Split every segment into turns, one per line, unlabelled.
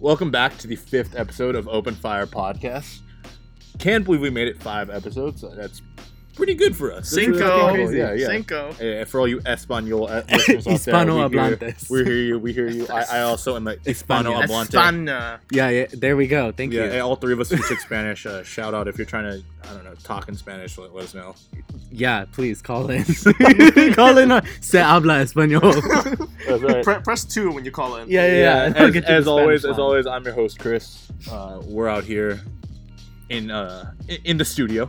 Welcome back to the fifth episode of Open Fire Podcast. Can't believe we made it five episodes. That's pretty good for us. That's really
Cinco.
crazy. Yeah, yeah.
Cinco.
Eh, for all you Espanol eh, listeners out there, we
Hispanohablantes.
Hear, we hear you. We hear you. I, I also am like
Hispanic.
Hispanohablante.
Espana.
Yeah, yeah. There we go. Thank
Yeah,
you.
eh, all three of us who speak Spanish. Uh, shout out if you're trying to, I don't know, talk in Spanish. Let, let us know.
yeah, please call in. call in. on- Se habla español.
That's right.
Pre- press two when you call in.
yeah, yeah, yeah.
yeah, as,
Get to the
as always,
Spanish
as
line.
always, I'm your host Chris. Uh, we're out here in uh i- in the studio.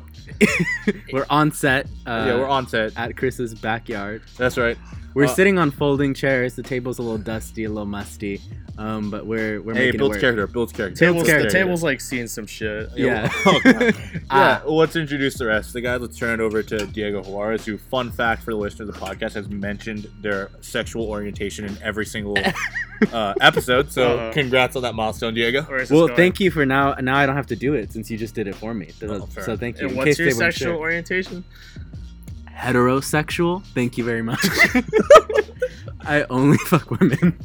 We're on set. Uh,
yeah, we're on set.
at Chris's backyard.
That's right.
We're
Uh,
sitting on folding chairs. The table's a little dusty, a little musty, um, but we're we're
Hey,
making it
builds
work.
character. Builds character.
Table's-
builds
the
character.
like seeing some shit.
Yeah.
well- oh, God.
Ah.
yeah. well, Let's introduce the rest of the guys. Let's turn it over to Diego Juarez, who, fun fact for the listener of the podcast, has mentioned their sexual orientation in every single uh, episode. So,
Uh-huh.
congrats on that milestone, Diego.
Where is this
Well,
going?
thank you for now. Now I don't have to do it since you just did it for me.
Oh, fair.
so thank you.
And
In
what's
case
your
they weren't
sexual
sure.
orientation?
heterosexual? Thank you very much. I only fuck women.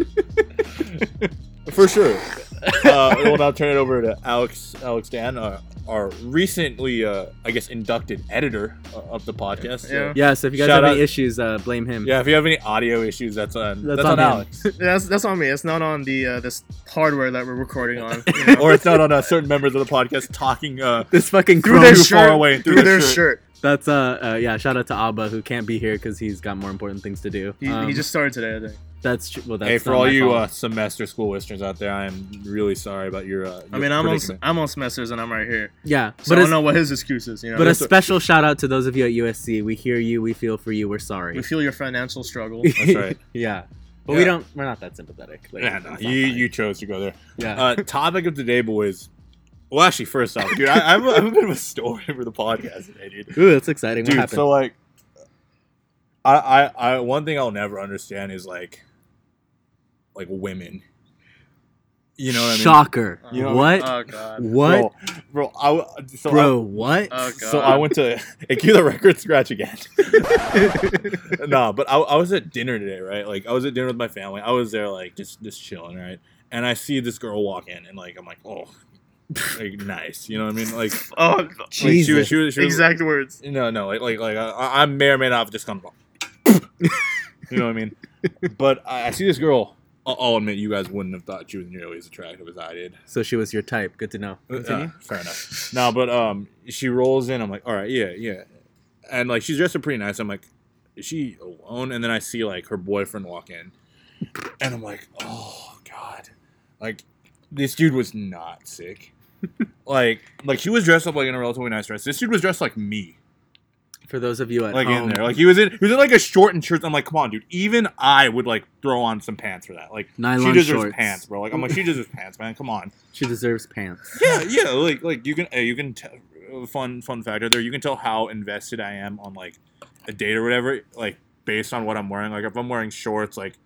For sure. uh, well, now turn it over to Alex Alex Dan, uh, our recently, uh, I guess, inducted editor uh, of the podcast.
Yeah.
So,
Yeah. So if you guys
Shout
have any
out-
issues, uh, blame him.
yeah. If you have any audio issues, that's on that's, on,
him.
Alex,
That's that's on me. It's not on the uh, this hardware that we're recording on. You know?
or it's not on uh, certain members of the podcast talking uh,
This fucking
through
crow.
their
too
shirt.
far away and
through, their shirt.
That's uh, uh yeah. Shout out to Abba who can't be here because he's got more important things to do.
He,
Um,
he just started today, I think.
that's tr- well. That's
hey, for
not
all
my
you
fault.
uh, semester school listeners out there, I am really sorry about your. Uh,
I
your
mean, I'm on
predicament.
I'm on semesters and I'm right here,
yeah,
so
but
I don't
it's,
know what his excuse is. You know,
but a
Yes, sir.
special shout out to those of you at USC. We hear you. We feel for you. We're
we
sorry.
feel your financial struggle.
That's right.
yeah, but
Yeah.
we don't. We're not that sympathetic. Like,
Yeah, no,
it's
you
not fine.
you chose to go there.
yeah.
Uh, topic of today, boys. Well, actually, first off, dude, I, I, have a, I have a bit of a story for the podcast today, dude.
Ooh, that's exciting. what
dude.
happened?
So like, I, I, I, one thing I'll never understand is like, like women. You know what
Shocker.
You know
what?
Oh god.
I mean? Uh,
what?
Bro, bro, I, w- so uh,
Bro, what?
I,
Oh god.
so I went to hey, cue the record scratch again. nah, but I, I was at dinner today, right? Like I was at dinner with my family. I was there like just just chilling, right? And I see this girl walk in, and like I'm like, oh, like nice. You know what I mean? Like, like,
Oh,
she was- she was, she was,
exact words.
No, no, like like like I, I may or may not have just come. you know what I mean? But I, I see this girl. I'll, I'll admit, you guys wouldn't have thought she was nearly as attractive as I did.
So she was your type. Good to know.
Uh,
Continue.
fair enough. No, but um, she rolls in. I'm like, all right, yeah, yeah, and like she's dressed up pretty nice. I'm like, is she alone? And then I see like her boyfriend walk in, and I'm like, oh god, like this dude was not sick. like, like she was dressed up like in a relatively nice dress. This dude was dressed like me
For those of you at
like
home,
in there. Like he was in he was in like a short and shirts. I'm like, come on, dude. Even I would like throw on some pants for that. Like she
Nylon
deserves
shorts.
pants, bro. Like I'm like she deserves pants, man. Come on.
she deserves pants.
Yeah, Uh, yeah. Like like you can uh, you can tell fun fun factor there. You can tell how invested I am on like a date or whatever. Like based on what I'm wearing. Like if I'm wearing shorts, like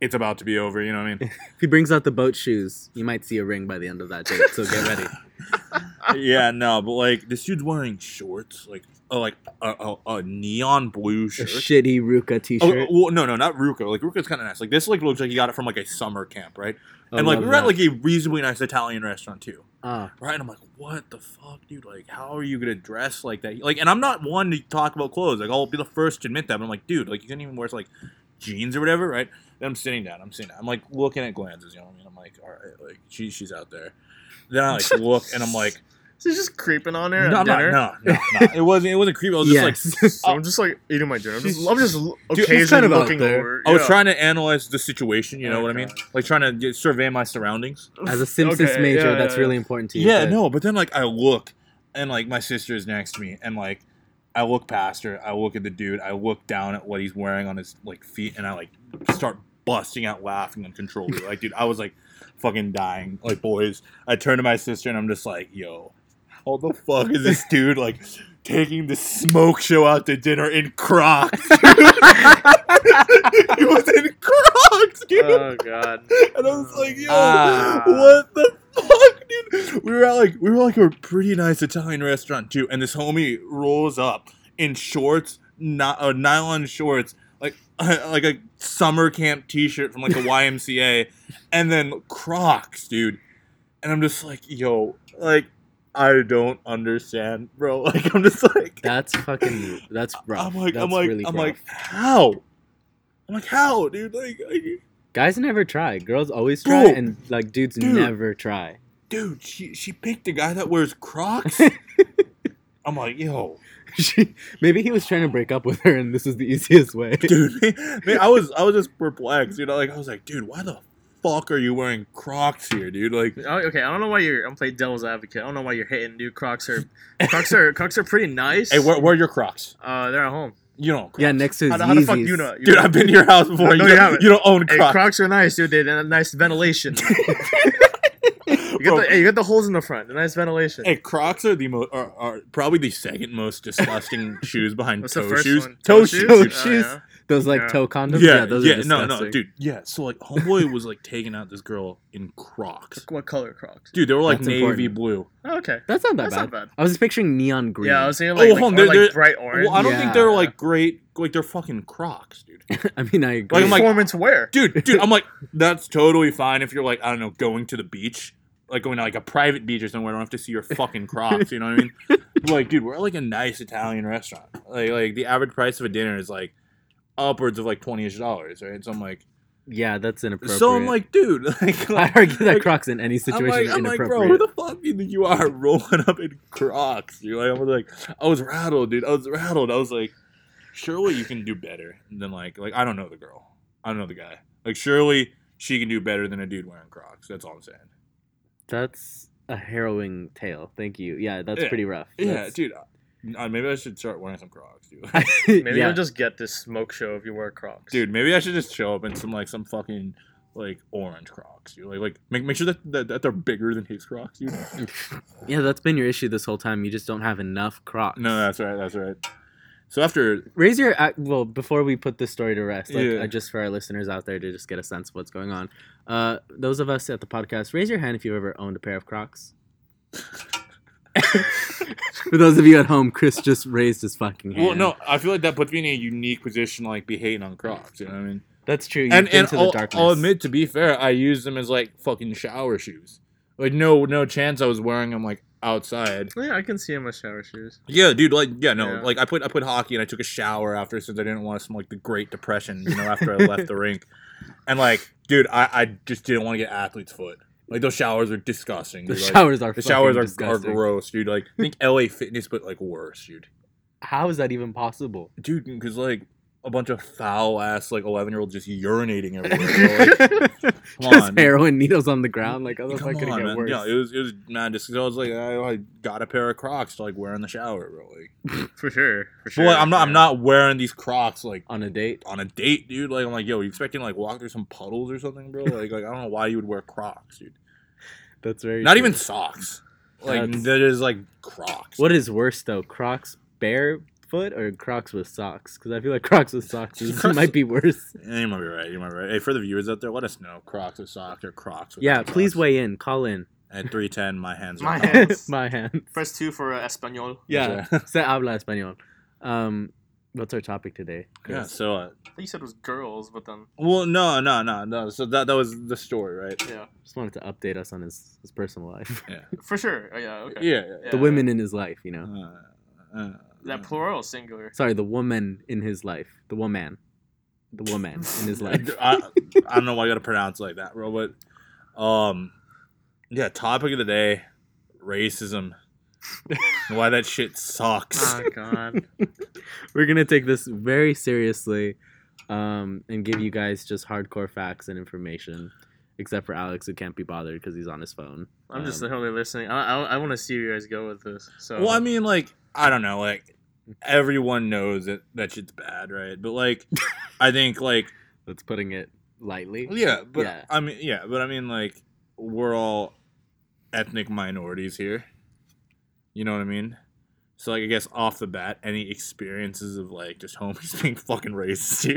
it's about to be over. You know what I mean?
If he brings out the boat shoes, you might see a ring by the end of that date. So get ready.
Uh, yeah, no. But like this dude's wearing shorts, like uh, like a, a, a neon blue
a
shirt.
shitty Ruka
Oh,
t-shirt.
well, no, no, not Ruka. Like Ruka's kind of nice. Like this, like looks like he got it from like a summer camp, right?
Oh,
and like we're at like a reasonably nice Italian restaurant too,
uh,
right? And I'm like, what the fuck, dude? Like, how are you gonna dress like that? Like, and I'm not one to talk about clothes. Like, I'll be the first to admit that. But I'm like, dude, like you couldn't even wear like jeans or whatever, right? Then I'm sitting down. I'm sitting. Down. I'm like looking at glances. You know what I mean? I'm like, all right, like she, she's out there. Then I like look and I'm like,
She's just creeping on
no,
there.
I'm
at
not,
dinner.
no, no, no. It wasn't. It wasn't creepy. I was just like
yes.
So I'm just like eating my dinner. I'm just,
She's-
I'm just l-
she's
occasionally
kind of out
looking
there.
over.
I was
yeah.
trying to analyze the situation, you know
Oh,
what I mean?
God.
Like trying to get, survey my surroundings.
As a Simpsons
Okay,
major,
yeah,
that's
yeah,
really important to you.
yeah,
but-
no, but then like I look and like my sister is next to me and like I look past her, I look at the dude, I look down at what he's wearing on his like feet and I like start busting out laughing uncontrollably. like dude, I was like fucking dying. Like boys, I turn to my sister and I'm just like, "Yo, how the fuck is this dude like taking the smoke show out to dinner in Crocs?" he was in Crocs, dude.
Oh god.
And I was like, yo,
Ah.
what the fuck, dude? We were at like we were like a pretty nice Italian restaurant too, and this homie rolls up in shorts, not uh, nylon shorts, like like a summer camp T-shirt from like a YMCA, and then Crocs, dude. And I'm just like, yo, like I don't understand, bro. Like I'm just like,
That's fucking. That's rough.
I'm like,
that's
I'm like,
really
I'm
rough.
like, how? I'm like, how, dude? Like, I-
Guys never try. Girls always try,
Dude.
and like dudes
Dude.
never try.
dude, she she picked a guy that wears Crocs. I'm like, yo,
She, maybe he was trying to break up with her, and this is the easiest way.
dude, man, man, I was I was just perplexed, you know, like I was like, dude, why the fuck are you wearing Crocs here, dude? Like,
Oh, Okay, I don't know why you're. I'm playing devil's advocate. I don't know why you're hating. Dude, Crocs are Crocs are Crocs are pretty nice.
hey, where, where are your Crocs?
Uh, they're at home.
You don't. own Crocs.
Yeah, next to his
How, the- how the fuck
Yeezys.
you know? You
Dude,
know-
I've been to your house before. you,
No, you
don't,
haven't.
you don't own
Hey,
Crocs.
Crocs are nice, dude. They they have nice ventilation. You get,
Bro,
the, hey, you get the holes in the front. The nice ventilation.
Hey, Crocs are the most are, are probably the second most disgusting shoes behind
What's
toe
the first
shoes.
one?
Toe
shoes?
Oh,
Shoes.
yeah.
Those like
Yeah.
toe condoms.
Yeah,
Yeah,
yeah,
those are
no,
disgusting.
no, dude, yeah. So like, homeboy was like taking out this girl in Crocs.
What color Crocs?
Dude, they were like
That's
navy
important.
blue.
Oh, okay,
That's not that
that's
bad.
not bad.
I was just picturing neon green.
Yeah, I was thinking like,
Oh,
like,
hold on,
or,
they're-
like
they're-
bright orange.
Well, I don't think
Yeah.
they're like great. Like they're fucking Crocs, dude.
I mean, I agree.
Like, I'm like-
performance wear.
dude, dude. I'm like, that's totally fine if you're like, I don't know, going to the beach, like going to like a private beach or somewhere. I don't have to see your fucking Crocs. You know what I mean? But, like, dude, we're at like a nice Italian restaurant. Like, like the average price of a dinner is like upwards of like twenty ish dollars, right? So I'm like,
yeah, that's inappropriate.
so I'm like, dude, like,
I
like,
argue that
like,
Crocs in any
I'm
situation
like,
are
I'm like,
inappropriate.
bro, who the fuck do you think you are rolling up in Crocs? You like, I was like, I was rattled, dude. I was rattled. I was like, surely you can do better than like, like I don't know the girl, I don't know the guy. Like, surely she can do better than a dude wearing Crocs. That's all I'm saying.
That's a harrowing tale. Thank you. Yeah, that's
Yeah.
pretty rough.
Yeah,
That's-
dude. I, maybe I should start wearing some Crocs, dude.
Maybe
yeah.
you'll just get this smoke show if you wear Crocs,
dude, maybe I should just show up in some like some fucking like orange Crocs. You like like make make sure that, that that they're bigger than his Crocs. Dude.
yeah, that's been your issue this whole time. You just don't have enough Crocs.
No, that's right. That's right. So after
raise your ac- well before we put this story to rest like
Yeah.
uh, just for our listeners out there to just get a sense of what's going on uh those of us at the podcast raise your hand if you've ever owned a pair of crocs for those of you at home chris just raised his fucking hand
Well, no, I feel like that puts me in a unique position, to, like be hating on Crocs. You know what I mean?
that's true
and and I'll, I'll admit, to be fair, I use them as like fucking shower shoes. Like no, no chance I was wearing them like outside.
Yeah, I can see in my shower shoes.
Yeah, dude. Like yeah, no.
Yeah.
Like I put I put hockey and I took a shower after since I didn't want to smell like the Great Depression. You know, after I left the rink, and like, dude, I I just didn't want to get athlete's foot. Like those showers are disgusting.
the
dude, like,
showers are
the showers are, are
disgusting.
gross, dude. Like I think LA Fitness, but like worse, dude.
how is that even possible
dude, because like a bunch of foul ass like eleven year olds just urinating everywhere. bro. Like, come
just
on.
heroin needles on the ground like oh that's
Come
not gonna
on,
get
man.
worse
Yeah, it was it was mad just 'cause I was like I, I got a pair of Crocs to like wear in the shower, bro. Like,
For sure. For
but
sure.
like, I'm not I'm
yeah.
not wearing these Crocs like
on a date
on a date, dude. Like I'm like, yo, you expecting like walk through some puddles or something, bro? Like like I don't know why you would wear Crocs, dude.
that's very
Not
true.
even socks. Like
That's-
that is like Crocs.
What is worse though, Crocs barefoot or Crocs with socks? Because I feel like Crocs with socks is,
Crocs-
might be worse.
Eh, You might be right. You might be right. Hey, for the viewers out there, let us know Crocs with socks or Crocs.
Yeah,
without
please
socks.
weigh in. Call in.
At three ten, my hands. are
My
up.
hands.
My hand.
Press two for uh, Espanol.
Yeah.
That's
Se habla español. Um, what's our topic today?
Yeah.
Chris?
So. Uh,
I think you said it was girls, but then
Well, no, no, no, no. So that that was the story, right?
yeah,
Just wanted to update us on his, his personal life.
for sure. Oh, yeah, okay.
Yeah.
Yeah.
The women in his life, you know.
Uh, uh,
Is that plural or singular?
Sorry, the woman in his life. The woman. The woman in his life.
I, I don't know why you got to pronounce it like that, bro. But, um, yeah. Topic of the day: racism. why that shit sucks.
Oh, God.
We're gonna take this very seriously, um, and give you guys just hardcore facts and information. Except for Alex, who can't be bothered because he's on his phone.
I'm just
Um,
totally listening. I, I, I want to see where you guys go with this. So
Well, I mean, like, I don't know, like. Everyone knows that that shit's bad, right? But like, I think like
That's putting it lightly.
yeah, but
Yeah.
I mean yeah, but I mean like we're all ethnic minorities here. You know what I mean? So like I guess off the bat, any experiences of like just homies being fucking racist to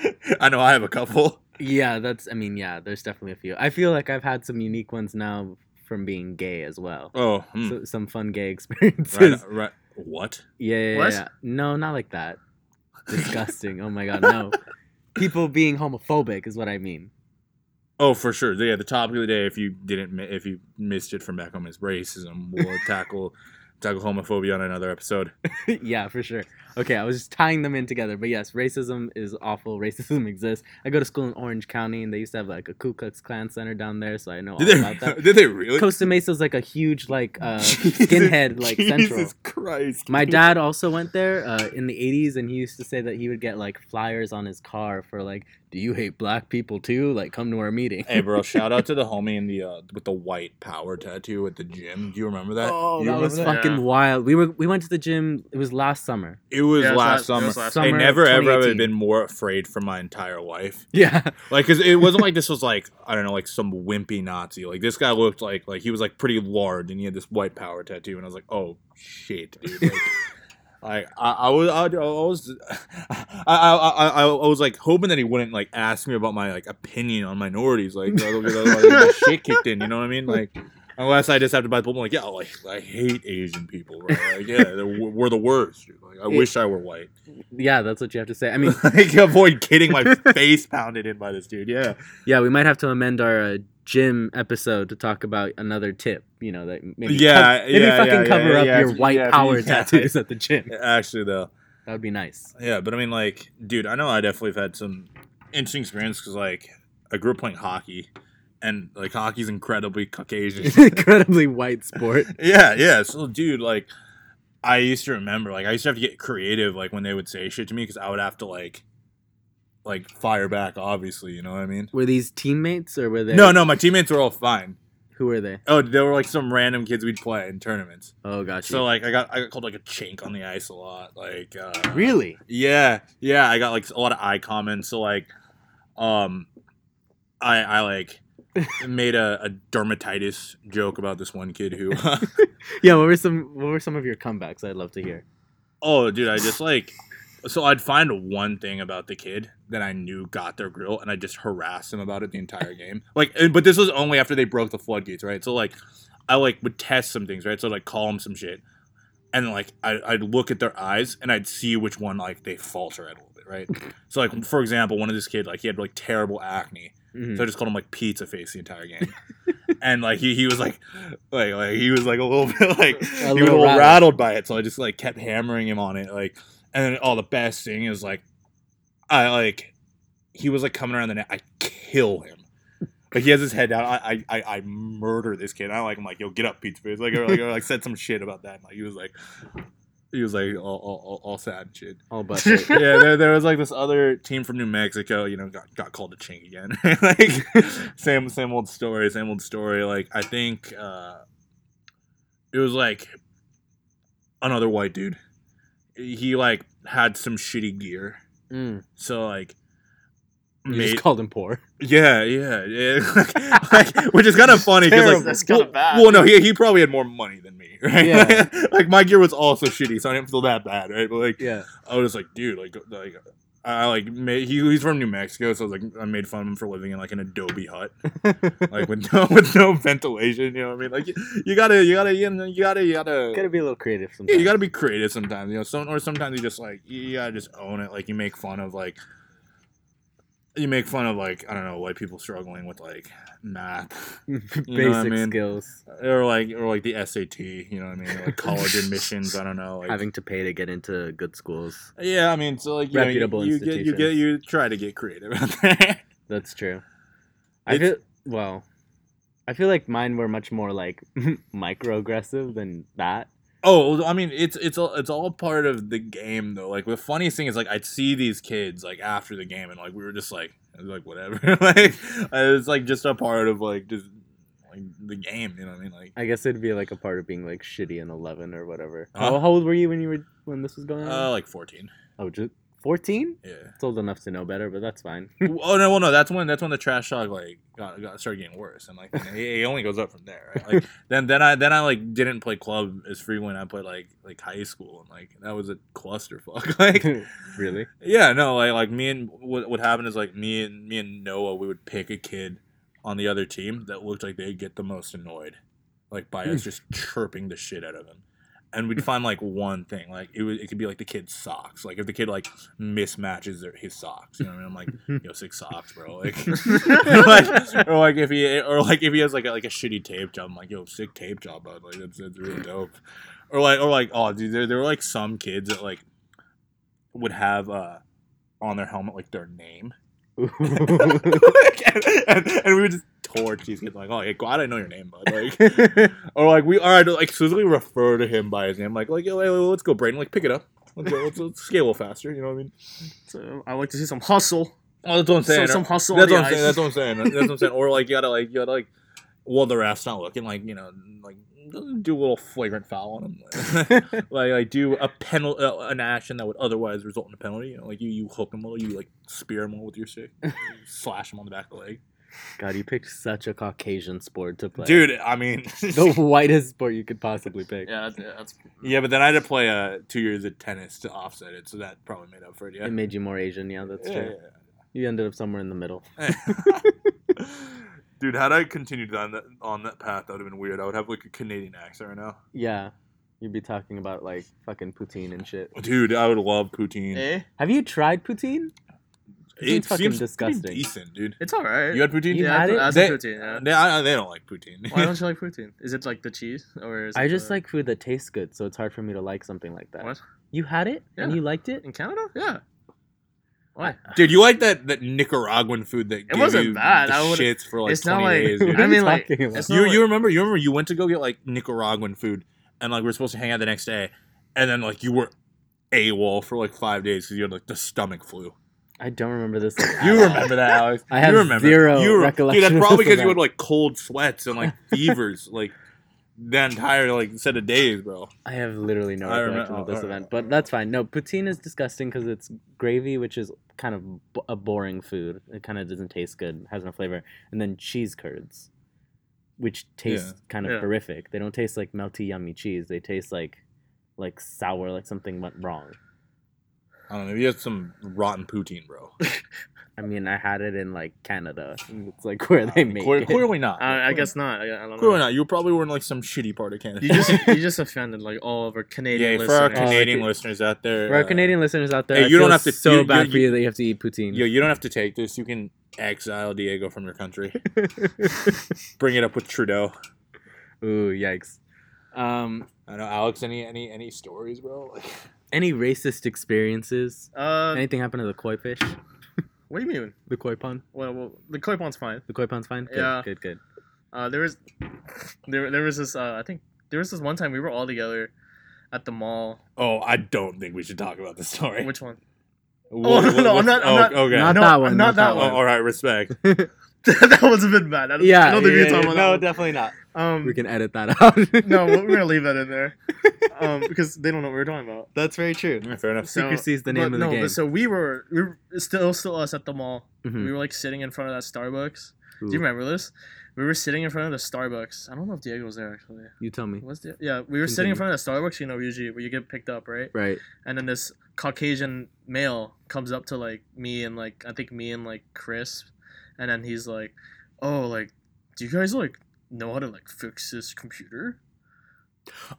you? I know I have a couple.
Yeah, that's. I mean, yeah, there's definitely a few. I feel like I've had some unique ones now from being gay as well.
Oh, hmm.
So, some fun gay experiences.
right, right. What?
Yeah, yeah, yeah,
What?
yeah. No, not like that. Disgusting. oh my god, no. people being homophobic is what I mean.
Oh, for sure. Yeah, the topic of the day, if you didn't, mi- if you missed it from back home, is racism. We'll tackle tackle homophobia on another episode.
yeah, for sure. Okay, I was just tying them in together. But yes, racism is awful. Racism exists. I go to school in Orange County, and they used to have like a Ku Klux Klan center down there, so I know all
Did
about
they?
that.
Did they really?
Costa Mesa is like a huge like uh,
Jesus-
skinhead like central.
Jesus Christ.
My dad also went there uh, in the 80s, and he used to say that he would get like flyers on his car for like, "Do you hate black people too? Like, come to our meeting."
Hey, bro! Shout out to the homie in the uh, with the white power tattoo at the gym. Do you remember that?
Oh,
You
that
remember
was
that?
fucking
Yeah.
wild. We were we went to the gym. It was last summer.
It was
Yeah, it's
last
not- it
summer.
was last
I
summer.
never ever have
2018.
been more afraid for my entire life.
Yeah,
Like, cause it wasn't like this was like I don't know, like some wimpy Nazi. Like this guy looked like like he was like pretty large, and he had this white power tattoo, and I was like, oh shit, dude. Like, like, I, I was I, I was I, I I I I was like hoping that he wouldn't like ask me about my like opinion on minorities. Like otherwise I'd get shit kicked in. You know what I mean? Like. Unless I just have to buy the book, I'm like, yeah, like I hate Asian people, right? Like, yeah, they're, we're the worst. dude. Like, I
It-
wish I were white.
yeah, that's what you have to say. I mean,
like, avoid getting my face pounded in by this dude. Yeah.
yeah, we might have to amend our uh, gym episode to talk about another tip. You know, that maybe
Yeah,
co- maybe
yeah,
fucking
yeah,
cover
yeah,
up
yeah,
your
yeah,
white
yeah,
power
yeah.
tattoos at the gym.
Actually, though,
That would be nice.
yeah, but I mean, like, dude, I know I definitely have had some interesting experience because, like, I grew up playing hockey, and like hockey's incredibly Caucasian.
Incredibly white sport.
yeah, yeah. So, dude, like, I used to remember, like, I used to have to get creative, like, when they would say shit to me because I would have to like, like, fire back. Obviously, you know what I mean?
Were these teammates or were they?
No, no, my teammates were all fine.
Who were they?
Oh, they were like some random kids we'd play in tournaments.
Oh gosh.
So like I got I got called like a chink on the ice a lot. Like uh,
really?
Yeah, yeah, I got like a lot of eye comments. So like, um, I I like made a, a dermatitis joke about this one kid who,
Yeah. What were some What were some of your comebacks? I'd love to hear.
oh dude, I just like, so I'd find one thing about the kid that I knew got their grill, and I just harassed him about it the entire game. Like, and- but this was only after they broke the floodgates, right? So like, I like would test some things, right? So like, call him some shit, and like I, I'd look at their eyes and I'd see which one like they falter at a little bit, right? so like for example, one of this kid like he had like terrible acne,
Mhm.
so I just called him like pizza face the entire game. and like he, he was like like like he was like a little bit like he was a
little
little
rattled.
rattled. by it. So I just like kept hammering him on it. Like and then all the best thing is like I like he was like coming around the net. I kill him. Like he has his head down. I I, I, I murder this kid. I like I'm like, yo, get up, pizza face. Like or, like, or, like said some shit about that. And, like he was like he was like all, all, all, all sad and shit
All but it.
yeah, there, there was like this other team from New Mexico, you know, got, got called to chink again. like same same old story, same old story. Like I think uh it was like another white dude. He like had some shitty gear.
Mm.
So like
You just called him poor.
yeah, yeah, yeah. like, which is kind of funny because
Terrible.
like,
That's kinda
well,
bad.
well, no, he, he probably had more money than me, right?
Yeah.
like my gear was also shitty, so I didn't feel that bad, right? But like,
Yeah.
I was like, dude, like, like, I like made. He, he's from New Mexico, so I was like, I made fun of him for living in like an adobe hut, like with no with no ventilation. You know what I mean? Like, you, you gotta, you gotta, you know, you gotta, you gotta.
Gotta be a little creative
yeah,
sometimes.
you gotta be creative sometimes, you know. Some or sometimes you just like you, you gotta just own it. Like you make fun of like you make fun of like I don't know white people struggling with like math
Basic
know what I mean?
skills.
or like or like the SAT. You know what I mean? Or, like college admissions. I don't know. Like,
Having to pay to get into good schools.
yeah, I mean, so like you, know, you-
Reputable
you get you get
institutions.
you try to get creative out there.
That's true. I feel
It's-
well. I feel like mine were much more like microaggressive than that.
Oh, well, I mean, it's it's all it's all part of the game though. Like the funniest thing is like I'd see these kids like after the game, and like we were just like it was, like whatever, like it's like just a part of like just like the game. You know what I mean? Like
I guess it'd be like a part of being like shitty in eleven or whatever.
Huh?
How, how old were you when you were when this was going on?
Uh-huh. uh, like fourteen.
oh, just fourteen.
Yeah.
It's old enough to know better, but that's fine.
oh no, well no, that's when that's when the trash talk like got, got started getting worse, and like it, it only goes up from there. Right? Like then then I then I like didn't play club as frequently. I played like like high school, and like that was a clusterfuck. Like
really?
Yeah, no, like like me and what what happened is like me and me and Noah, we would pick a kid on the other team that looked like they'd get the most annoyed, like by us just chirping the shit out of him, and we'd find like one thing. Like it was, it could be like the kid's socks. Like if the kid like mismatches their, his socks, you know what I mean? I'm like, yo, sick socks, bro. Like, like, or like if he or like if he has like a, like a shitty tape job, I'm like, yo, sick tape job, bud. Like that's that's really dope. Or like or like oh dude, there there were like some kids that like would have uh on their helmet like their name. and, and, and we would just torch these kids like, oh yeah, glad I know your name, bud. Like or like we are like specifically refer to him by his name, like like yo, hey, let's go, Brayden, like pick it up, let's, go, let's, let's scale a little faster. You know what I mean?
So I like to see some hustle.
Oh, that's what I'm
So,
saying.
some hustle
that's
on
what
the
I'm saying.
ice.
That's what I'm saying. That's what I'm saying. Or like you gotta like you gotta like while the ref's not looking, like you know, like do a little flagrant foul on him, like like do a penalty, uh, an action that would otherwise result in a penalty. You know, like you you hook him a little, you like spear him a little with your stick, you slash him on the back of the leg.
God, you picked such a Caucasian sport to play.
Dude, I mean,
the whitest sport you could possibly pick.
Yeah, that's, yeah, that's
yeah, but then I had to play uh, two years of tennis to offset it, so that probably made up for it. Yeah,
It made you more Asian. Yeah, that's
Yeah,
true. You ended up somewhere in the middle.
yeah, yeah. Dude, had I continued on that on that path, that would have been weird. I would have like a Canadian accent right now.
Yeah, you'd be talking about like fucking poutine and shit.
Dude, I would love poutine.
eh?
Have you tried poutine?
it
It's fucking
seems
disgusting.
pretty decent, dude.
It's all right.
You had poutine?
You
yeah,
had
I,
it?
I,
They-
poutine. Yeah.
They, I, I- they don't like poutine.
Why don't you like poutine? Is it like the cheese or is it
I just
the-
like food that tastes good, so it's hard for me to like something like that.
What?
You had it and
Yeah.
you liked it.
in Canada? Yeah. Why?
dude, you like that, that Nicaraguan food that gave
wasn't
you
bad.
the
I would've-
shits for like
it's
20
not like
days, dude.
I mean like
Talking about-
it's
you,
not
you
like-
remember you remember you went to go get like Nicaraguan food and like we were supposed to hang out the next day and then like you were AWOL for like five days because you had like the stomach flu.
I don't remember this. Like,
You
at all.
remember that, Alex?
I have
you remember.
zero
you
recollection
Dude,
of
that's probably
this
because you had
event.
like cold sweats and like fevers like that entire like set of days, bro.
I have literally no
I remem-
recollection
oh,
of this
alright,
event,
alright.
but that's fine. No, poutine is disgusting because it's gravy, which is kind of b- a boring food. It kind of doesn't taste good, has no flavor, and then cheese curds, which taste kind of
Yeah.
horrific. They don't taste like melty, yummy cheese. They taste like like sour, like something went wrong.
I don't know. You had some rotten poutine, bro.
I mean, I had it in like Canada. and It's like where they make
Clear-
it.
Clearly not.
I, I guess not. I, I don't
Clearly
know.
not. You probably were in like some shitty part of Canada.
You just you just offended like all of our Canadian
yeah, for
listeners.
our
Oh, like
Canadian
it-
listeners out there,
For our
uh,
Canadian listeners out there,
hey,
I
you don't
feel
have to-
so
you- you-
bad for
you-
you that you have to eat poutine.
Yo, you don't have to take this. You can exile Diego from your country. Bring it up with Trudeau.
Ooh, yikes. Um,
I know, Alex. Any any any stories, bro? Like,
any racist experiences?
Uh,
Anything happen to the koi fish?
what do you mean?
The koi pond?
Well, well the koi pond's fine.
The koi pond's fine? Good,
Yeah.
good, good.
Uh, there was, there there was this. Uh, I think there was this one time we were all together at the mall.
oh, I don't think we should talk about this story.
Which one?
What- what-
no, no, I'm
what's-
not- I'm
oh,
not-
Okay.
Not
No,
that one.
not that
Oh,
one.
all right. Respect.
that one's a bit bad. I don't, I don't think we can talk about that one.
definitely not.
Um,
We can edit that out.
no, we're gonna leave that in there, um, because they don't know what we're talking about.
that's very true.
Yeah, Fair enough.
So-
Secrecy is the name
but
of the
no,
game.
But so we were, we were still, still us at the mall.
Mhm.
We were like sitting in front of that Starbucks.
Ooh,
Do you remember this? We were sitting in front of the Starbucks. I don't know if Diego was there actually.
you tell me.
Was the yeah? We were sitting
Continue.
in front of the Starbucks, you know, usually where you get picked up, right?
Right.
And then this Caucasian male comes up to like me and like I think me and like Chris, and then he's like, "Oh, like, do you guys like know how to like fix this computer?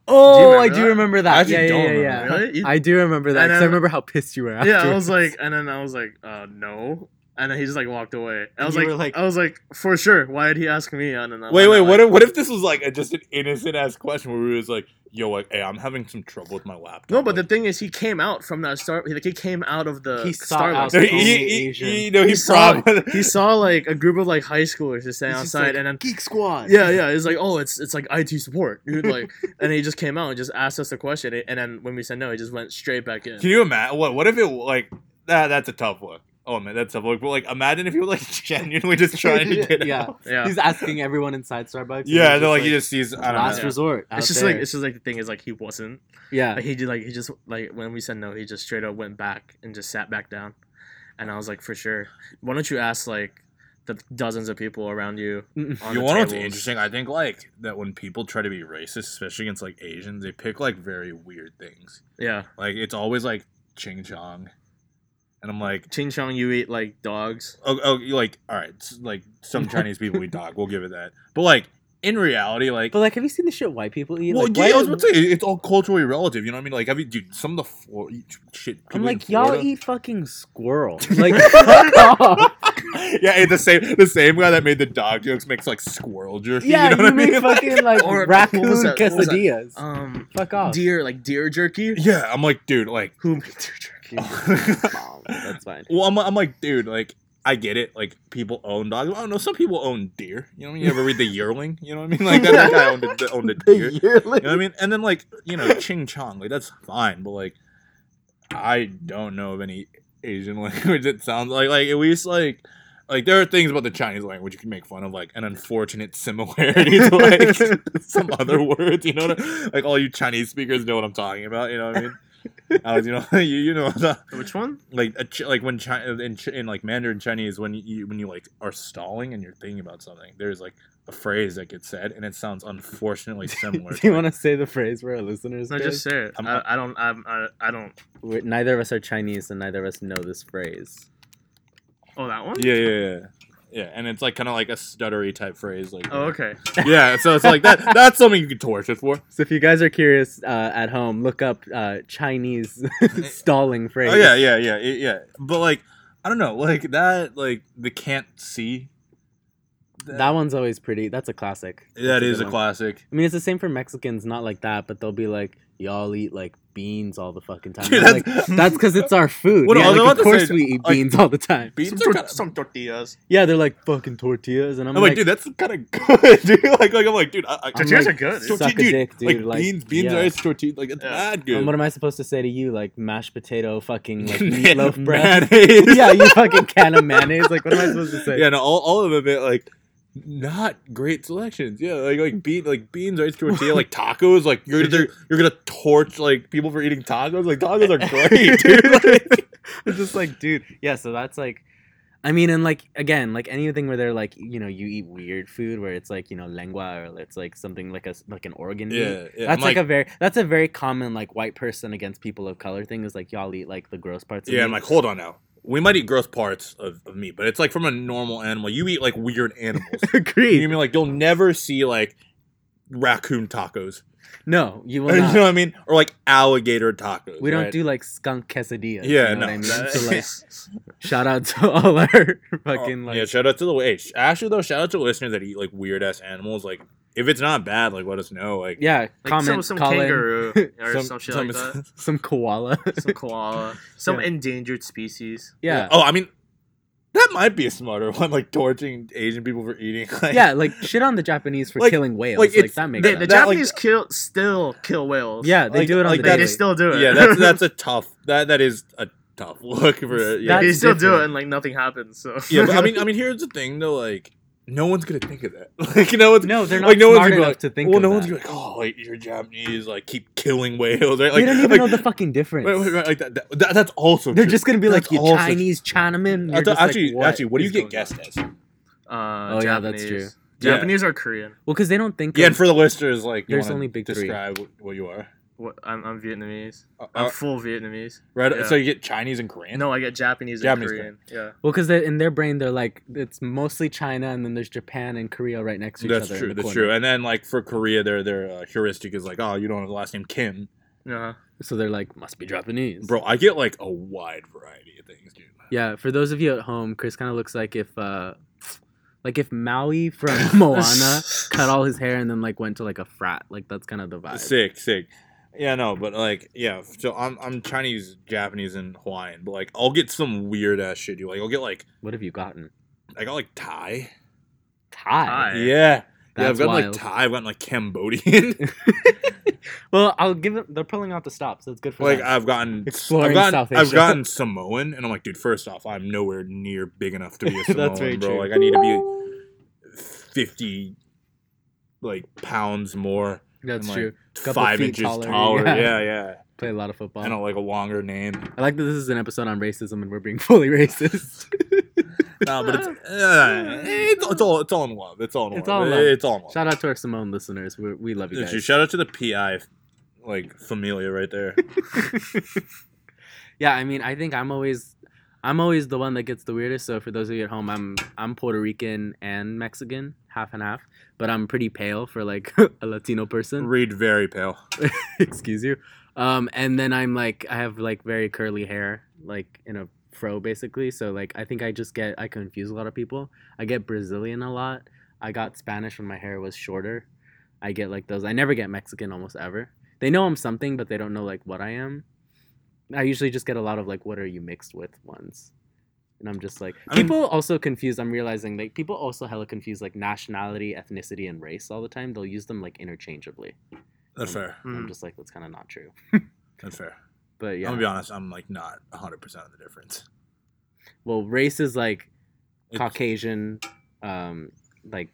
Oh, I
remember
do
that?
remember
I
that.
actually
Yeah,
don't
yeah, yeah,
remember
yeah.
Really? You-
I do remember that
And
'cause
I-
I remember how pissed you were after.
yeah, I was like, and then I was like, uh, no. And then he just like walked away. I
And
was
you
like,
were like-
I was like, for sure. Why did he ask me? And then I-
Wait,
and
wait.
I,
What
like,
if what if this was like a, just an innocent ass question where we was like, yo, like, hey, I'm having some trouble with my laptop.
No, but the
like,
thing is, he came out from that star. Like he came out of the
He sought
Starbucks.
out
he,
the
he, he,
Asian.
he- no,
He
he
saw-
probably
he saw like a group of like high schoolers just standing outside, and then
Geek Squad.
yeah, yeah, it's like oh, it's it's like IT support, dude. Like, and he just came out and just asked us the question, and then when we said no, he just went straight back in.
Can you imagine? What what if it like that? That's a tough one. Oh man, that's a tough look. But like, imagine if you were like genuinely just trying to get
yeah.
out.
yeah,
He's asking everyone inside Starbucks. and
Yeah,
he's
they're like,
just
he just sees. I don't
last
know.
Yeah.
resort. out
it's just
there.
like it's just like the thing is like he wasn't.
yeah.
Like, Uh, he did like he just like when we said no, he just straight up went back and just sat back down, and I was like for sure. Why don't you ask like the dozens of people around you?
Mm.
On
You want
the
to know what's
tables?
interesting? I think like that when people try to be racist, especially against like Asians, they pick like very weird things.
Yeah,
Like it's always like ching chong, and I'm like,
Ching Chong, you eat like dogs.
oh, oh you like all right, s- like some Chinese people eat dog, we'll give it that. But like in reality, like,
But like, have you seen the shit white people eat?
well,
like,
yeah,
why
I was
do-
about to say it's all culturally relative. You know what I mean? Like, have you, dude? Some of the Flor- shit. people
I'm
in
like, y'all
Florida-
eat fucking squirrel. Like, fuck off.
yeah, hey, the same the same guy that made the dog jokes makes like squirrel jerky.
Yeah,
you
you,
know what I
make
mean? Like,
fucking like
Or- what was
raccoon
that? What was that?
quesadillas.
Um,
fuck off.
deer like deer jerky.
yeah, I'm like, dude, like,
Who made deer jerky?
Mom, that's fine.
well, I'm, I'm like, dude, like, I get it. Like, people own dogs. I don't know. Some people own deer. You know what I mean? You ever read The Yearling? You know what I mean? Like that, that guy owned a, that owned a deer. You know what I mean? And then like, you know, Ching Chong, like that's fine, but like, I don't know of any Asian language that sounds like like at least like. Like there are things about the Chinese language you can make fun of, like an unfortunate similarity to like some other words. You know, what I, like all you Chinese speakers know what I'm talking about. You know what I mean? Alex, you know, you you know, the,
Which one?
like a chi- like when China in, chi- in like Mandarin Chinese, when you when you like are stalling and you're thinking about something, there's like a phrase that gets said, and it sounds unfortunately similar.
Do
to
you
like-
want to say the phrase where our listeners?
No,
did?
just say it.
I'm-
I, I don't. I'm, I, I don't.
We're, neither of us are Chinese, and neither of us know this phrase.
Oh, that one.
Yeah, yeah, yeah. Yeah, and it's like kind of like a stuttery type phrase, like
Oh, okay.
yeah. So it's like that. That's something you can torture for.
So if you guys are curious uh, at home, look up uh, Chinese stalling phrase.
Oh yeah, yeah, yeah, yeah, yeah. But like, I don't know, like that, like the can't see.
that one's always pretty. That's a classic.
that is
good
a
one.
classic.
I mean, it's the same for Mexicans, not like that, but they'll be like, "Y'all eat like beans all the fucking time."
Dude,
I'm like,
that's-
that's because it's our food.
What I
yeah,
was
like,
about
of
to
course
say,
we eat
like-
beans all the time.
Beans
Some,
are
tor-
kinda-
some tortillas.
Yeah, they're like fucking tortillas, and I'm,
I'm, like, dude, that's kind of good, dude. Like, like I'm like, dude, I, I,
I'm
Tortillas
like,
are good.
Torti-
suck a
dude,
dick, dude.
like, beans, beans
yeah.
are as tortillas. Like that's
Yeah.
bad
And
good.
what am I supposed to say to you? Like mashed potato, fucking like
Man-
meatloaf bread.
mayonnaise.
yeah, you fucking can of mayonnaise. Like, what am I supposed to say?
Yeah, no, all, all of them it like not great selections. Yeah, like like bean like beans rice tortilla like tacos. Like you're gonna you're gonna torch like people for eating tacos. Like tacos are great, dude. Like,
I'm just like, dude. Yeah, so that's like, I mean, and like again, like anything where they're like, you know, you eat weird food where it's like, you know, lengua or it's like something like a like an organ. meat.
yeah, yeah. I'm
That's like, a very that's a very common like white person against people of color thing is like y'all eat like the gross parts. Of
yeah.
meat.
I'm like hold on now. We might eat gross parts of, of meat, but it's like from a normal animal. You eat like weird animals. you
agreed.
mean like you'll never see like raccoon tacos?
No, you will
you
not.
know what I mean? Or like alligator tacos.
we don't
right?
do like skunk quesadillas. you
Yeah,
know what
no.
I mean? So, like, shout out to all our fucking
Oh,
like
yeah. Shout out to the hey, sh- actually though, shout out to listeners that eat like weird ass animals. Like if it's not bad, like let us know. Like
yeah,
Like
comment
some, some
call in,
kangaroo or some, shit like that.
some koala.
Some koala. Some
Yeah.
endangered species.
yeah.
Oh, I mean, that might be a smarter one. Like torching Asian people for eating. Like,
yeah, like shit on the Japanese for
Like-
killing whales.
like,
Like,
it's-
that makes
They,
sense.
the
That, like-
Japanese kill still kill whales.
yeah, they
like-
do it on
like
the
that-
Like,
daily.
they still do it.
Yeah. That's that's a tough. That that is a tough look for. Yeah.
That's
they still do
different.
it and like nothing happens. So
yeah. But, I mean, uh, I mean, here's the thing though. Like, no one's gonna think of that. Like, no one's
no, they're not
like no one's
smart
gonna be
enough
like,
to think.
well,
of
no
that.
one's gonna be like, oh, like, you're Japanese, like keep killing whales, right?
they
Like,
don't even
like,
know the fucking difference.
Wait, wait, wait, like that, that, that- that's also.
They're
true.
just gonna be
That's
like you
also
Chinese Chinaman.
I
You're
thought-
just like,
actually,
"What
actually, what do you
is
get
going on?"
guessed as?
uh,
Oh,
Japanese.
yeah, that's true.
Yeah.
Japanese or Korean.
Well, because they don't think.
Yeah,
of-
and for the listeners, like, you
There's
wanna
only big three.
describe wh- what you are.
What, I'm, I'm Vietnamese.
Uh,
I'm
uh,
full Vietnamese.
right.
yeah.
So you get Chinese and Korean.
No, I get Japanese,
Japanese,
and Korean. Yeah.
well, because in their brain they're like it's mostly China, and then there's Japan and Korea right next to each
that's
other. in
true.
the
That's
corner.
true. And then like for Korea, their their uh, heuristic is like, oh, you don't have the last name Kim,
Uh-huh.
So they're like must be Japanese,
bro. I get like a wide variety of things, dude.
Yeah, for those of you at home, Chris kind of looks like if, uh, like if Maui from Moana cut all his hair and then like went to like a frat. Like that's kind of the vibe.
Sick, sick. Yeah, no, but like, yeah. So I'm I'm Chinese, Japanese, and Hawaiian, but like, I'll get some weird ass shit. You like, I'll get like,
What have you gotten?
I got like Thai.
Thai.
Thai. Right.
Yeah, yeah. I've
That's
gotten
wild.
like Thai. I've gotten like Cambodian.
Well, I'll give it. They're pulling out the stops. That's good for
Like
them.
I've gotten
Exploring
I've gotten,
South
I've
Asia.
gotten Samoan, and I'm like, dude. First off, I'm nowhere near big enough to be a
That's
Samoan,
very
bro.
true.
Like I need to be fifty like pounds more,
that's
I'm, like,
true. Couple
five
feet
inches taller.
taller,
Yeah,
yeah.
yeah.
Play a lot of football.
And a, like a longer name.
I like that this is an episode on racism and we're being fully racist.
no, but it's, uh, it's it's all it's all in love. It's all in love.
It's all in love.
It's all in love.
Shout out to our Samoan listeners. we we love you
Dude,
guys.
Shout out to the PI like familia right there.
yeah, I mean, I think I'm always I'm always the one that gets the weirdest. So for those of you at home, I'm I'm Puerto Rican and Mexican, half and half, but I'm pretty pale for like a Latino person.
Read very pale.
Excuse you. Um, and then I'm like I have like very curly hair, like in a fro basically. So like I think I just get I confuse a lot of people. I get Brazilian a lot. I got Spanish when my hair was shorter. I get like those. I never get Mexican almost ever. They know I'm something, but they don't know like what I am. I usually just get a lot of like, what are you mixed with ones? And I'm just like,
I mean-
people also confuse. I'm realizing like people also hella confuse like nationality, ethnicity, and race all the time. They'll use them like interchangeably.
That's fair.
I'm
Mm.
just like, that's kind of not true.
That's fair.
But yeah,
I'm gonna be honest. I'm like not 100 percent of the difference.
well, race is like
It's
Caucasian, um, like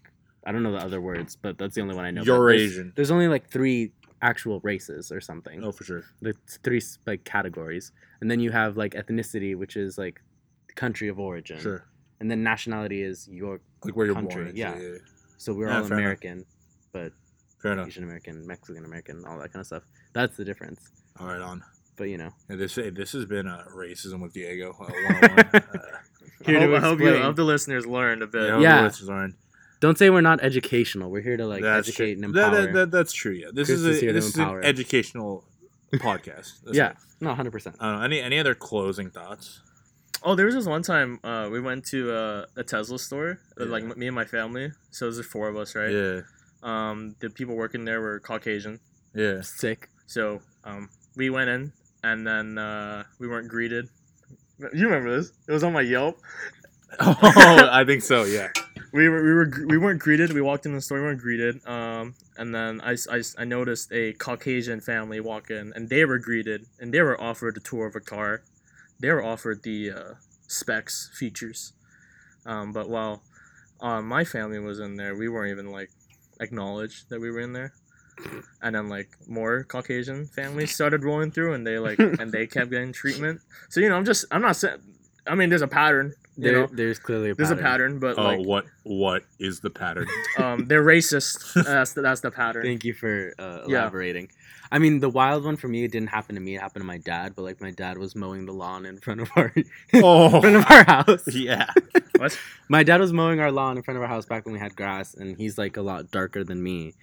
I don't know the other words, but that's the only one I know. but There's,
Eurasian.
there's only like three actual races or something.
Oh, for sure.
the three like categories, and then you have like ethnicity, which is like the country of origin,
Sure.
and then nationality is your.
Like where you're
Country,
born.
yeah. So we're
Yeah,
all
fair enough.
American, but
Fair enough.
Asian American, Mexican American, all that kind of stuff. That's the difference.
All right, on.
But you know,
And this hey, this has been uh, racism with Diego. Uh, 101. uh,
Here
I
to
hope, I hope you, I
explain.
hope the listeners learned a bit.
yeah.
Yeah.
let's learn.
don't say we're not educational. We're here to like educate and
true.
empower.
That, that, that- that's true. Yeah, this
Chris
is
is
a
here to
this is
empower.
an educational podcast. That's
yeah,
it.
no, hundred percent.
I don't know. Any any other closing thoughts?
Oh, there was this one time uh, we went to uh, a Tesla store, uh,
Yeah.
like m- me and my family. So there's four of us, right?
Yeah,
Um, the people working there were Caucasian.
yeah.
Sick.
So um, we went in, and then uh, we weren't greeted. You remember this? It was on my Yelp.
Oh, I think so. Yeah.
We were, we were gr- we weren't greeted. We walked in the store, we weren't greeted. Um, and then I, s- I s- I noticed a Caucasian family walk in, and they were greeted, and they were offered a tour of a car. They were offered the uh, specs features, um, but while uh, my family was in there, we weren't even like acknowledged that we were in there. And then like more Caucasian families started rolling through, and they like and they kept getting treatment. So you know, I'm just I'm not saying. I mean, there's a pattern. You
There,
know,
there's clearly a
there's a pattern,
pattern.
but
Oh,
like
what what is the pattern?
um, they're racist. Uh, That's the, that's the pattern.
Thank you for uh,
Yeah.
elaborating. I mean, the wild one for me it didn't happen to me. It happened to my dad, but like my dad was mowing the lawn in front of our in front
oh,
of our house.
yeah.
What?
My dad was mowing our lawn in front of our house back when we had grass, and he's like a lot darker than me,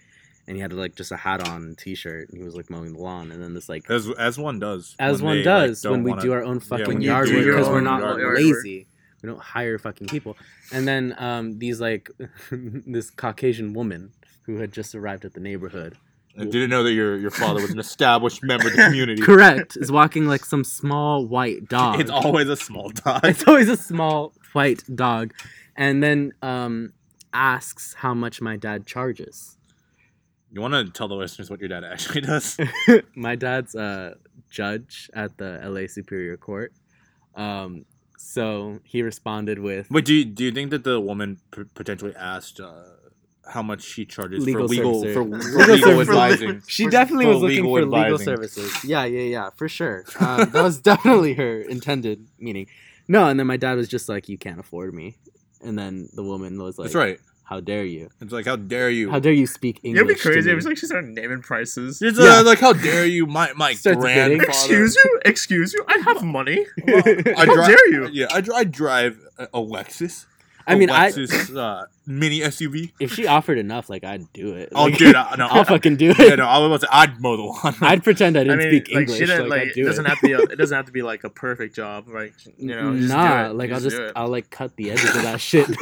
and he had like just a hat on, and t-shirt, and he was like mowing the lawn, and then this like
As as one does.
as
when
one
they, like,
does
don't
when we
wanna-
do our own
when
fucking
you
yard
do
work
your
because we're
own
not
yard
work.
lazy. We don't hire fucking people. And then um, these like this Caucasian woman who had just arrived at the neighborhood
I didn't know that your your father was an established member of the community.
correct is walking like some small white dog
It's always a small dog.
it's always a small white dog and then um asks how much my dad charges
You want to tell the listeners what your dad actually does?
my dad's a judge at the la superior court um so he responded with
But do you, do you think that the woman p- potentially asked uh, how much she charges
Legal
for legal
servicer.
for, for
Legal
legal
servicer.
advising?
she
For-
definitely
for
was looking
legal
for legal
advising.
services. Yeah, yeah, yeah, for sure. Um, that was definitely her intended meaning. No, and then my dad was just like, "You can't afford me," and then the woman was like,
That's right.
How dare you?
It's like how dare you?
How dare you speak English?
It'd be crazy.
To
It
me?
was like she started naming prices.
it's
Yeah.
uh, like how dare you? My my
Starts bidding.
grandfather.
Excuse you? Excuse you? I have money.
I
How
dri-
dare you?
Yeah, I, dri- I drive a, a Lexus.
I mean,
a
I
Lexus, uh, mini SUV.
if she offered enough, like I'd do it.
Oh,
Like,
dude, I, no,
I'll
I,
fucking do it.
yeah, no, I was about to. I'd mow the lawn.
I'd pretend I
I
didn't
mean,
speak
like
English.
she didn't
like,
like.
I'd
it
do
doesn't
it.
have to be. A, it doesn't have to be like a perfect job. Like you know, just do
nah,
it.
like I'll
just
just
do it.
I'll like cut the edges of that shit.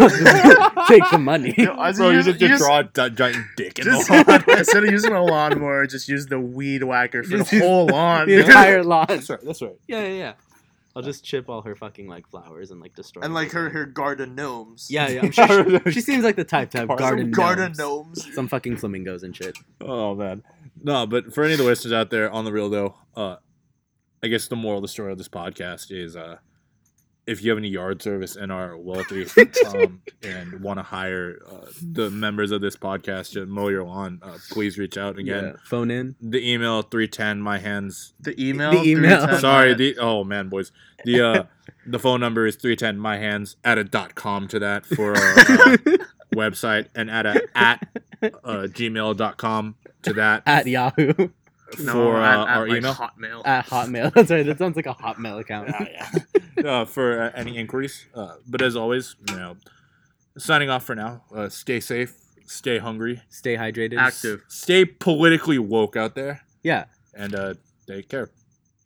Take the money.
No, I-
Bro, you
you
just,
just-
draw a di- giant dick in
Just-
the lawn.
instead of using a lawnmower, just use the weed whacker for
Just
the
use
whole lawn.
the
dude.
entire lawn.
that's right. That's right.
Yeah, yeah, yeah. I'll just chip all her fucking like flowers and like destroy.
and
them.
like her, her garden gnomes.
Yeah, yeah. I'm sure she, she seems like the type to have
Garden-
garden
Some garden
gnomes.
gnomes.
Some fucking flamingos and shit.
Oh man, no. But for any of the listeners out there, on the real though, uh, I guess the moral of the story of this podcast is, uh, if you have any yard service and are wealthy um, and want to hire uh, the members of this podcast to mow your lawn, uh, please reach out again.
Yeah. Phone in.
The email three ten my hands.
The email.
The email.
310.
Sorry, the oh man, boys. The uh, the phone number is three ten my hands. Add a dot com to that for our uh, website and add a at uh, gmail.com to that
At Yahoo.
for uh,
at, at,
our
like,
email.
Hotmail.
At Hotmail. That's right. That sounds like a Hotmail account.
Ah, Yeah, yeah. uh, for uh, any inquiries. Uh, but as always, you know, signing off for now. Uh, stay safe. Stay hungry.
Stay hydrated.
Active.
Stay politically woke out there,
Yeah.
and uh, take care.